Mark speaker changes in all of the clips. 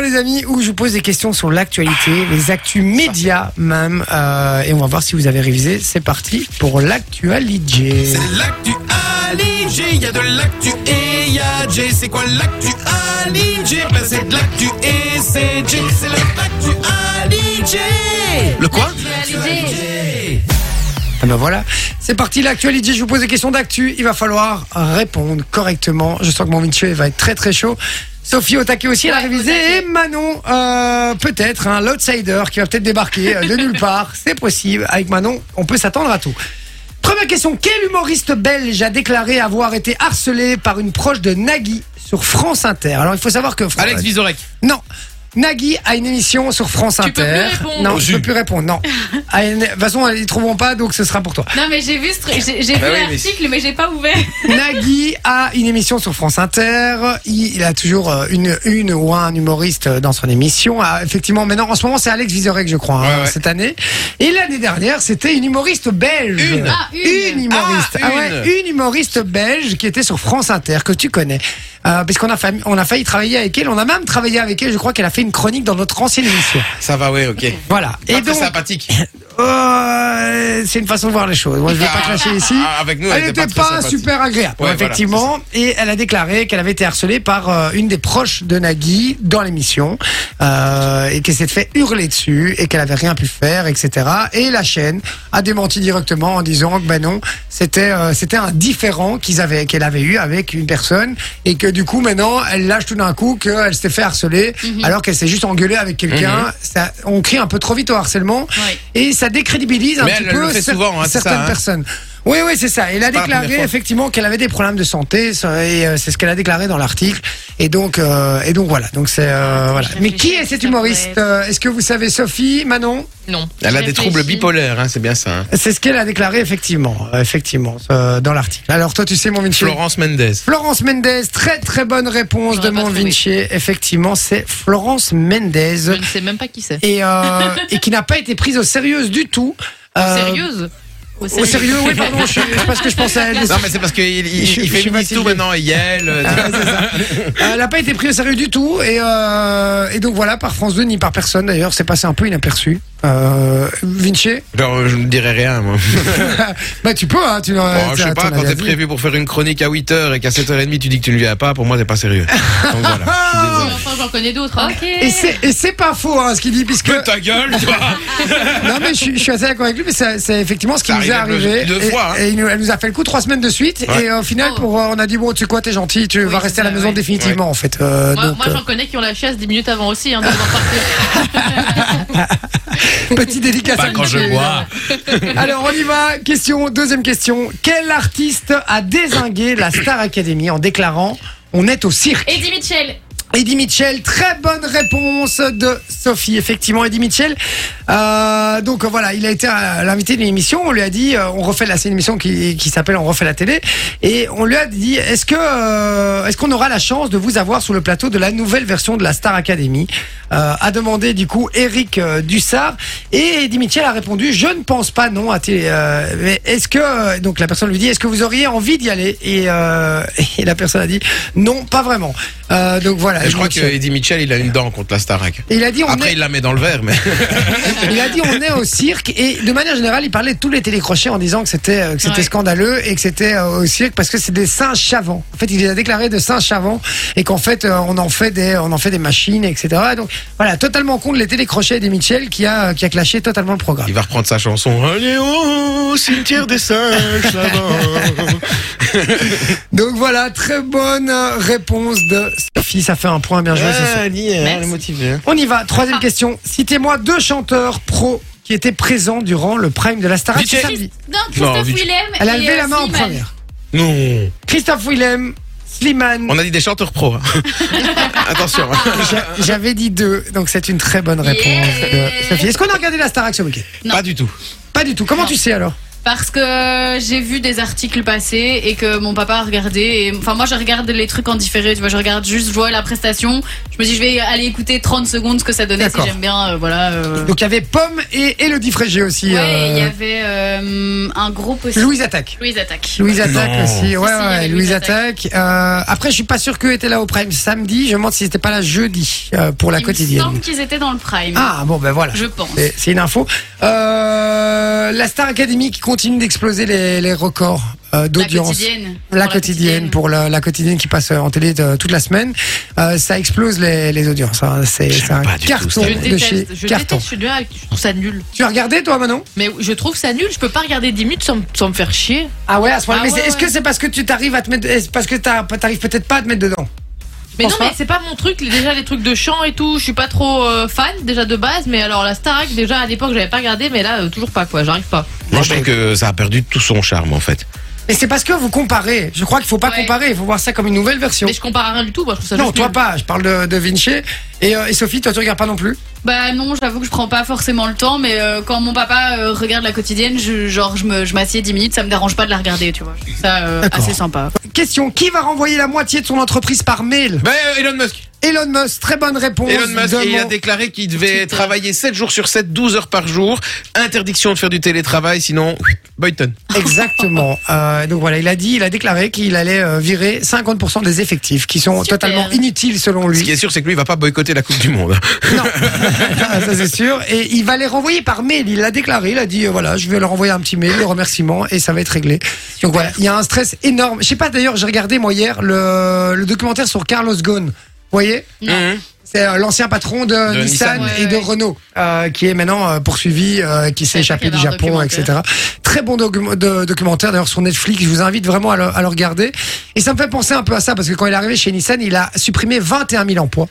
Speaker 1: les amis, où je vous pose des questions sur l'actualité, les actus médias même. euh, et on va voir si vous avez révisé. C'est parti pour l'actualité.
Speaker 2: C'est l'actu Ali G, il y a de l'actu et il y a J. C'est quoi l'actu Ali G ben C'est de l'actu et c'est J. C'est le l'actu Ali G. Le quoi
Speaker 1: Ah ben voilà, c'est parti l'actualité. Je vous pose des questions d'actu. Il va falloir répondre correctement. Je sens que mon Vinci va être très très chaud. Sophie au taquet aussi, elle a
Speaker 3: Ouais, au
Speaker 1: révisé.
Speaker 3: taquet.
Speaker 1: Et Manon, euh, peut-être, hein, l'outsider qui va peut-être débarquer euh, de nulle part. C'est possible. Avec Manon, on peut s'attendre à tout. Première question, quel humoriste belge a déclaré avoir été harcelé par une proche de Nagui sur France Inter Alors il faut savoir que...
Speaker 2: Alex Vizorek.
Speaker 1: Non. Nagui a une émission sur France
Speaker 3: Tu peux
Speaker 1: Inter.
Speaker 3: plus répondre.
Speaker 1: non,
Speaker 2: Au
Speaker 1: je peux
Speaker 2: jus.
Speaker 1: plus répondre. Non. À une- De toute façon, ils trouveront pas, donc ce sera pour toi.
Speaker 3: Non, mais j'ai vu, ce truc- j'ai j'ai vu
Speaker 2: Bah oui, mais-
Speaker 3: l'article, mais, j'ai pas ouvert.
Speaker 1: Nagui a une émission sur France Inter. Il il a toujours euh, une, une ou un humoriste euh, dans son émission. Ah, effectivement, maintenant, en ce moment, c'est Alex Vizorek, je crois, hein,
Speaker 2: Ouais, ouais.
Speaker 1: cette année. Et l'année dernière, c'était une humoriste belge.
Speaker 2: Une.
Speaker 3: Ah, une.
Speaker 1: humoriste.
Speaker 2: Ah,
Speaker 1: ouais, une
Speaker 2: une.
Speaker 1: humoriste belge qui était sur France Inter, que tu connais. Euh, parce qu'on a, failli- on a failli travailler avec elle. On a même travaillé avec elle. Je crois qu'elle a fait une chronique dans notre ancienne émission.
Speaker 2: Ça va, ouais, ok.
Speaker 1: Voilà.
Speaker 2: Et
Speaker 1: Et donc,
Speaker 2: sympathique.
Speaker 1: euh, c'est une façon de voir les choses. Moi, je vais pas
Speaker 2: Ah.
Speaker 1: clasher ici.
Speaker 2: Ah, avec nous,
Speaker 1: Elle n'était pas,
Speaker 2: très sympathique.
Speaker 1: super agréable,
Speaker 2: Ouais,
Speaker 1: effectivement. et elle a déclaré qu'elle avait été harcelée par euh, une des proches de Nagui dans l'émission euh, et qu'elle s'est fait hurler dessus et qu'elle avait rien pu faire, etc. Et la chaîne a démenti directement en disant que ben non, c'était euh, c'était un différent qu'ils avaient qu'elle avait eu avec une personne et que du coup maintenant elle lâche tout d'un coup qu'elle s'était fait harceler
Speaker 2: Mhm.
Speaker 1: alors qu'elle s'est juste engueulée avec quelqu'un. Ça, on crie un peu trop vite au harcèlement
Speaker 3: Ouais.
Speaker 1: et ça décrédibilise un
Speaker 2: Mais
Speaker 1: petit
Speaker 2: elle le
Speaker 1: peu
Speaker 2: fait
Speaker 1: cer-
Speaker 2: souvent, hein, c'est ça,
Speaker 1: certaines
Speaker 2: hein.
Speaker 1: personnes. Oui, oui, c'est ça. Elle a
Speaker 2: pas la
Speaker 1: déclaré
Speaker 2: première fois.
Speaker 1: effectivement qu'elle avait des problèmes de santé, ça, et euh, c'est ce qu'elle a déclaré dans l'article. Et donc, euh, et donc voilà. Donc c'est euh, voilà.
Speaker 3: je
Speaker 1: Mais qui est
Speaker 3: réfléchis,
Speaker 1: cet
Speaker 3: Ah, ça
Speaker 1: humoriste
Speaker 3: pourrait
Speaker 1: euh, Est-ce que vous savez Sophie, Manon
Speaker 3: Non.
Speaker 2: Elle a
Speaker 3: Je
Speaker 2: des troubles
Speaker 3: réfléchis.
Speaker 2: bipolaires, hein, c'est bien ça. hein.
Speaker 1: C'est ce qu'elle a déclaré effectivement, euh, effectivement, euh, dans l'article. Alors toi, tu sais mon Vinci.
Speaker 2: Florence Mendez.
Speaker 1: Florence Mendez, très très bonne réponse de
Speaker 3: J'aurais pas
Speaker 1: mon
Speaker 3: trouvé.
Speaker 1: Vinci. Effectivement, c'est Florence
Speaker 3: Je
Speaker 1: Mendez
Speaker 3: ne sais même pas qui c'est.
Speaker 1: et euh, et qui n'a pas été prise au sérieux du tout. Euh,
Speaker 3: Sérieuse
Speaker 1: Au sérieux, oui, pardon, je suis- c'est parce que je pensais à elle.
Speaker 2: Non, mais c'est parce qu'il il,
Speaker 1: Je-
Speaker 2: il
Speaker 1: je suis
Speaker 2: féminise
Speaker 1: fatigué.
Speaker 2: tout maintenant, il Yel. euh, tu vois.
Speaker 1: Euh, Elle n'a pas été prise au sérieux du tout. Et, euh, et donc voilà, par France 2 ni par personne d'ailleurs, c'est passé un peu inaperçu. Euh, Vinci
Speaker 2: Genre, je ne dirais rien, moi.
Speaker 1: Bah tu peux, hein, tu
Speaker 2: Bon, je sais pas, quand t'es prévu pour faire une chronique à 8h et qu'à 7h30 tu dis que tu ne viens pas, pour moi t'es pas sérieux. Donc voilà. je suis désolé.
Speaker 3: Enfin, j'en connais d'autres. hein.
Speaker 1: Et c'est et c'est pas faux hein, ce qu'il dit, puisque.
Speaker 2: Que ta gueule, toi Bah,
Speaker 1: non, mais je, suis- je suis assez d'accord avec lui, mais c'est c'est effectivement ce qui
Speaker 2: Ça
Speaker 1: nous est
Speaker 2: arrive
Speaker 1: arrivé.
Speaker 2: deux
Speaker 1: et,
Speaker 2: fois, hein.
Speaker 1: et il nous- elle nous a fait le coup trois semaines de suite.
Speaker 2: Ouais.
Speaker 1: Et euh, au final,
Speaker 3: Oh.
Speaker 1: pour, euh, on a dit, bon, tu sais quoi, t'es gentil, tu vas
Speaker 3: c'est
Speaker 1: rester à la
Speaker 3: ça,
Speaker 1: maison
Speaker 3: ouais.
Speaker 1: définitivement, en fait. Euh,
Speaker 3: Moi,
Speaker 1: donc,
Speaker 3: moi, j'en connais qui ont la chasse 10 minutes avant aussi. Hein, de devoir partir.
Speaker 1: euh, petite dédicace à
Speaker 2: Pas quand je
Speaker 1: Michel.
Speaker 2: bois.
Speaker 1: Alors on y va, question, deuxième question. Quel artiste a désingué la Star Academy en déclarant On est au cirque
Speaker 3: Eddie Mitchell.
Speaker 1: Eddie Mitchell, très bonne réponse de Sophie, effectivement Eddie Mitchell. Euh, donc euh, voilà, il a été euh, l'invité d'une émission, on lui a dit, euh, on refait la, c'est une émission qui, qui s'appelle On refait la télé, et on lui a dit, est-ce que euh, est-ce qu'on aura la chance de vous avoir sur le plateau de la nouvelle version de la Star Academy euh, A demandé du coup Eric euh, Dussard, et Eddie Mitchell a répondu, je ne pense pas non, à télé, euh, mais est-ce que, euh, donc la personne lui dit, est-ce que vous auriez envie d'y aller et, euh, et la personne a dit, non, pas vraiment. Euh, donc voilà.
Speaker 2: Et
Speaker 1: Eddie
Speaker 2: je crois que
Speaker 1: Mitchell.
Speaker 2: Eddie Mitchell, il a une dent contre la Starac.
Speaker 1: Et il a dit on
Speaker 2: Après, il la met dans le verre, mais.
Speaker 1: est, il a dit on est au cirque et de manière générale il parlait de tous les télécrochets en disant que c'était euh, que c'était
Speaker 3: Ouais.
Speaker 1: scandaleux et que c'était euh, au cirque parce que c'est des singes chavants. En fait il les a déclarés de singes chavants et qu'en fait euh, on en fait des on en fait des machines etc. Donc voilà totalement contre les télécrochets des Mitchell qui a euh, qui a clashé totalement le programme.
Speaker 2: Il va reprendre sa chanson. Allez, oh, cimetière des singes, là-bas.
Speaker 1: Ah, Donc voilà très bonne euh, réponse de Sophie ça fait un point bien joué. Sophie.
Speaker 2: Ah,
Speaker 3: Merci.
Speaker 2: motivé.
Speaker 1: On y va troisième question. Citez-moi deux chanteurs pro qui étaient présents durant le prime de la Star
Speaker 2: DJ.
Speaker 3: Non, Christophe
Speaker 2: vite.
Speaker 3: Willem.
Speaker 1: Elle a
Speaker 3: et,
Speaker 1: levé
Speaker 3: euh,
Speaker 1: la main en
Speaker 3: Slimane.
Speaker 1: première.
Speaker 2: Non.
Speaker 1: Christophe Willem, Slimane.
Speaker 2: On a dit des chanteurs pros. hein. Attention.
Speaker 1: J'a- J'avais dit deux, donc c'est une très bonne réponse. euh,
Speaker 3: Yeah.
Speaker 1: de Sophie, est-ce qu'on a regardé la Starac ce week-end
Speaker 3: Non.
Speaker 2: Pas du tout.
Speaker 1: Pas du tout. Comment tu sais alors
Speaker 3: Parce que j'ai vu des articles passer et que mon papa a regardé. Et, enfin, moi, je regarde les trucs en différé. Tu vois, je regarde juste, je vois la prestation. Je me dis, je vais aller écouter 30 secondes ce que ça donnait. Si
Speaker 1: D'accord.
Speaker 3: j'aime bien, euh, voilà. euh.
Speaker 1: Donc il y avait Pomme et Elodie Frégé aussi.
Speaker 3: Ouais,
Speaker 1: euh,
Speaker 3: et il y avait euh, un groupe aussi.
Speaker 1: Louise Attaque.
Speaker 3: Louise Attaque.
Speaker 1: Louise Attaque
Speaker 2: Non.
Speaker 1: aussi, ouais,
Speaker 3: si, il y avait
Speaker 1: ouais,
Speaker 3: Louise
Speaker 1: Louise Attaque. Euh, après, je suis pas sûr qu'eux étaient là au Prime samedi. Je me demande s'ils étaient pas là jeudi euh, pour la
Speaker 3: Il me
Speaker 1: quotidienne.
Speaker 3: semble qu'ils étaient dans le prime.
Speaker 1: Ah bon, ben voilà.
Speaker 3: Je pense.
Speaker 1: C'est- C'est une info. Euh, la Star Academy qui continue d'exploser les, les records euh,
Speaker 3: La
Speaker 1: d'audience.
Speaker 3: quotidienne. Pour
Speaker 1: La quotidienne, pour la, la quotidienne qui passe euh, en télé de- toute la semaine, Euh, ça explose les, les audiences. hein. C'est
Speaker 2: J'aime
Speaker 1: c'est un
Speaker 2: pas du tout
Speaker 1: carton
Speaker 2: ça.
Speaker 3: Je
Speaker 1: de chez
Speaker 3: déteste, je
Speaker 1: carton.
Speaker 3: déteste, je suis du- je trouve ça nul.
Speaker 1: Tu as regardé toi, Manon
Speaker 3: Mais je trouve ça nul, je peux pas regarder 10 minutes sans, me- sans me faire chier.
Speaker 1: Ah ouais, à ce moment-là.
Speaker 3: Ah
Speaker 1: mais
Speaker 3: ouais,
Speaker 1: c'est- est-ce que
Speaker 3: ouais.
Speaker 1: c'est parce que tu t'arrives à te mettre, est-ce parce que t'as- t'arrives peut-être pas à te mettre dedans
Speaker 3: Mais non,
Speaker 1: Pense
Speaker 3: mais
Speaker 1: pas.
Speaker 3: c'est pas mon truc, les- déjà les trucs de chant et tout, je suis pas trop euh, fan déjà de base, mais alors la Starac, déjà à l'époque j'avais pas regardé, mais là euh, toujours pas quoi, j'arrive pas.
Speaker 2: Moi, je trouve que ça a perdu tout son charme, en fait.
Speaker 1: Mais c'est parce que vous comparez. Je crois qu'il faut pas
Speaker 3: Ouais.
Speaker 1: comparer. Il faut voir ça comme une nouvelle version.
Speaker 3: Mais je compare à rien du tout, moi je trouve ça
Speaker 1: Non,
Speaker 3: juste
Speaker 1: toi
Speaker 3: nul.
Speaker 1: pas. Je parle de, de Vinci et, euh, et Sophie. Toi, tu regardes pas non plus.
Speaker 3: Bah non, j'avoue que je prends pas forcément le temps, mais euh, quand mon papa euh, regarde la quotidienne, je, genre je me- je m'assieds 10 minutes, ça me dérange pas de la regarder, tu vois. Je trouve Ça euh,
Speaker 1: D'accord.
Speaker 3: assez sympa.
Speaker 1: Question qui va renvoyer la moitié de son entreprise par mail
Speaker 2: Ben, euh, Elon Musk.
Speaker 1: Elon Musk. Très bonne réponse.
Speaker 2: Elon Musk,
Speaker 1: de
Speaker 2: il a
Speaker 1: mon-
Speaker 2: déclaré qu'il devait travailler 7 jours sur 7, 12 heures par jour. Interdiction de faire du télétravail, sinon, Boyton.
Speaker 1: Exactement. Euh, donc voilà, il a dit, il a déclaré qu'il allait euh, virer 50% des effectifs qui sont
Speaker 3: Super.
Speaker 1: totalement inutiles selon
Speaker 2: Ce qui
Speaker 1: lui.
Speaker 2: est sûr, c'est que lui, il va pas boycotter la Coupe du Monde.
Speaker 1: Non, Ah, ça c'est sûr. Et il va les renvoyer par mail. Il l'a déclaré. Il a dit euh, voilà, je vais leur envoyer un petit mail, les remerciements, et ça va être réglé. Donc voilà, il y a un stress énorme. Je sais pas d'ailleurs, j'ai regardé moi hier le, le documentaire sur Carlos Ghosn. Vous voyez
Speaker 2: Mhm.
Speaker 1: c'est euh, l'ancien patron de,
Speaker 2: De
Speaker 1: Nissan,
Speaker 2: Nissan.
Speaker 1: et
Speaker 3: Ouais,
Speaker 1: de
Speaker 3: ouais.
Speaker 1: Renault, euh, qui est maintenant euh, poursuivi, euh, qui s'est
Speaker 3: Je savais
Speaker 1: échappé du
Speaker 3: pas qu'il y avait un
Speaker 1: Japon, etc.
Speaker 3: documentaire.
Speaker 1: Très bon docu- de- documentaire, d'ailleurs sur Netflix, je vous invite vraiment à le, à le regarder. Et ça me fait penser un peu à ça, parce que quand il est arrivé chez Nissan, il a supprimé 21 000 emplois.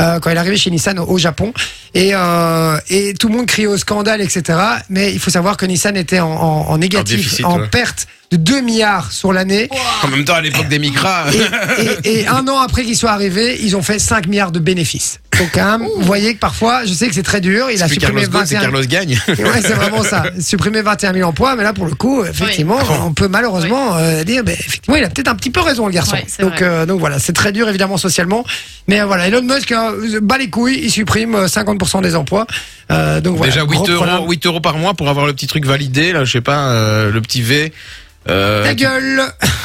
Speaker 1: euh, quand il est arrivé chez Nissan au- au Japon et, euh, et tout le monde crie au scandale etc mais il faut savoir que Nissan était en, en- en négatif en,
Speaker 2: déficit, ouais.
Speaker 1: perte de 2 milliards sur l'année
Speaker 2: En même temps, à l'époque des micras.
Speaker 1: et, et- et un an après qu'ils soient arrivés, ils ont fait 5 milliards de bénéfices. Donc quand même, vous voyez que parfois, je sais que c'est très dur, il a
Speaker 2: Plus
Speaker 1: supprimé
Speaker 2: Carlos Ghosn, c'est
Speaker 1: 21
Speaker 2: Carlos Gagne.
Speaker 1: Ouais, c'est vraiment ça. Supprimer 21 000 emplois, mais là, pour le coup, effectivement,
Speaker 2: Oui.
Speaker 1: on peut malheureusement euh, dire, ben, effectivement, il a peut-être un petit peu raison, le garçon.
Speaker 3: Ouais, c'est
Speaker 1: donc,
Speaker 3: vrai.
Speaker 1: euh, donc voilà, c'est très dur, évidemment, socialement. Mais euh, voilà, Elon Musk euh, bat les couilles, il supprime euh, 50% des emplois. Euh, donc voilà.
Speaker 2: Déjà 8
Speaker 1: gros problème.
Speaker 2: euros, 8 euros par mois pour avoir le petit truc validé, là, je sais pas, euh, le petit V. euh,
Speaker 1: Ta gueule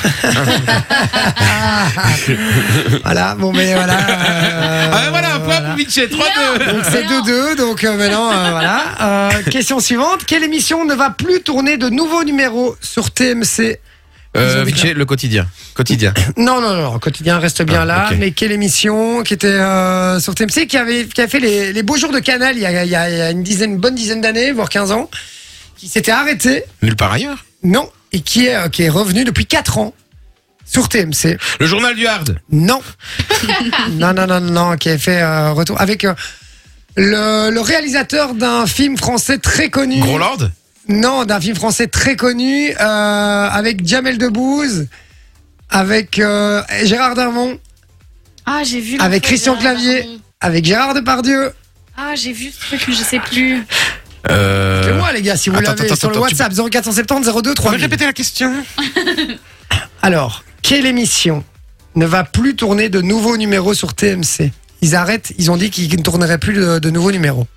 Speaker 1: Voilà, bon, mais voilà. euh,
Speaker 2: Ah, voilà, un point pour Vichy, 3 2
Speaker 1: Donc c'est 2-2, donc euh, maintenant euh, voilà. Euh, question suivante, quelle émission ne va plus tourner de nouveaux numéros sur TMC Ils ont
Speaker 2: Euh,
Speaker 1: dit
Speaker 2: Vichy, le quotidien. Quotidien.
Speaker 1: Non, non, non, quotidien reste bien
Speaker 2: Ah,
Speaker 1: là,
Speaker 2: ok.
Speaker 1: mais quelle émission qui était euh, sur TMC, qui avait qui a fait les, les beaux jours de Canal il y a, il y a- il y a une dizaine, bonne dizaine d'années, voire 15 ans, qui s'était arrêtée,
Speaker 2: Nulle part ailleurs.
Speaker 1: non, et qui est, euh, qui est revenue depuis 4 ans sur TMC.
Speaker 2: Le journal du Hard.
Speaker 1: Non. non, non, non, non, qui a fait euh, retour avec euh, le, le réalisateur d'un film français très connu.
Speaker 2: Groland.
Speaker 1: Non, d'un film français très connu euh, avec Jamel Debbouze, avec euh, Gérard Darmon,
Speaker 4: Ah, j'ai vu.
Speaker 1: Avec
Speaker 4: le-
Speaker 1: Christian Clavier. avec Gérard Depardieu.
Speaker 4: Ah, j'ai vu ce truc, mais je sais plus.
Speaker 2: Euh...
Speaker 1: C'est moi les gars, si vous
Speaker 2: attends,
Speaker 1: l'avez sur
Speaker 2: attends,
Speaker 1: le
Speaker 2: attends, tu-
Speaker 1: WhatsApp 0470 02
Speaker 2: Vous pouvez
Speaker 1: 3000.
Speaker 2: répéter la question
Speaker 1: Alors, quelle émission ne va plus tourner de nouveaux numéros sur TMC Ils arrêtent, ils ont dit qu'ils ne tourneraient plus de, de nouveaux numéros.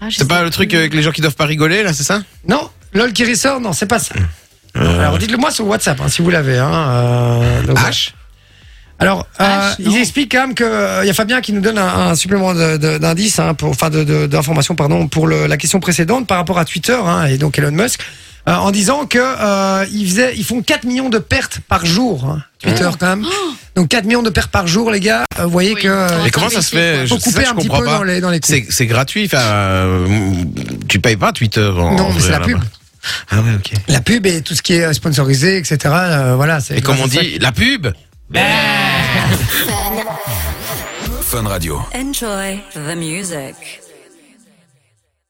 Speaker 4: Ah, je sais
Speaker 2: C'est pas le truc avec les gens qui doivent pas rigoler, là, c'est ça
Speaker 1: Non, LOL qui ressort, non, c'est pas ça. Alors dites-le moi sur WhatsApp hein, si vous l'avez. Hein, euh, donc, voilà.
Speaker 2: Euh. H
Speaker 1: Alors, euh,
Speaker 3: H, non.
Speaker 1: ils expliquent quand même que euh, il y a Fabien qui nous donne un, un supplément de- de- d'indice, hein, pour, enfin de- de- d'information, pardon, pour le- la question précédente par rapport à Twitter hein, et donc Elon Musk, euh, en disant que euh, ils, faisaient, ils font 4 millions de pertes par jour, hein, Twitter quand même. Donc 4 millions de pertes par jour, les gars. euh, vous voyez
Speaker 3: Oui.
Speaker 1: que euh,
Speaker 2: Mais comment ça se fait
Speaker 1: faut
Speaker 2: Je- c'est ça
Speaker 1: couper
Speaker 2: que je
Speaker 1: un petit
Speaker 2: comprends
Speaker 1: peu
Speaker 2: pas.
Speaker 1: dans les, dans les coûts.
Speaker 2: C'est c'est gratuit, enfin, euh, tu payes pas Twitter en
Speaker 1: Non,
Speaker 2: en
Speaker 1: mais c'est
Speaker 2: vrai,
Speaker 1: la
Speaker 2: là-bas.
Speaker 1: pub.
Speaker 2: Ah ouais, ok.
Speaker 1: La pub et tout ce qui est euh, sponsorisé, etc. euh, voilà. c'est
Speaker 2: Et comme
Speaker 1: grâce
Speaker 2: on
Speaker 1: à ça
Speaker 2: dit, la pub
Speaker 5: Enjoy the music.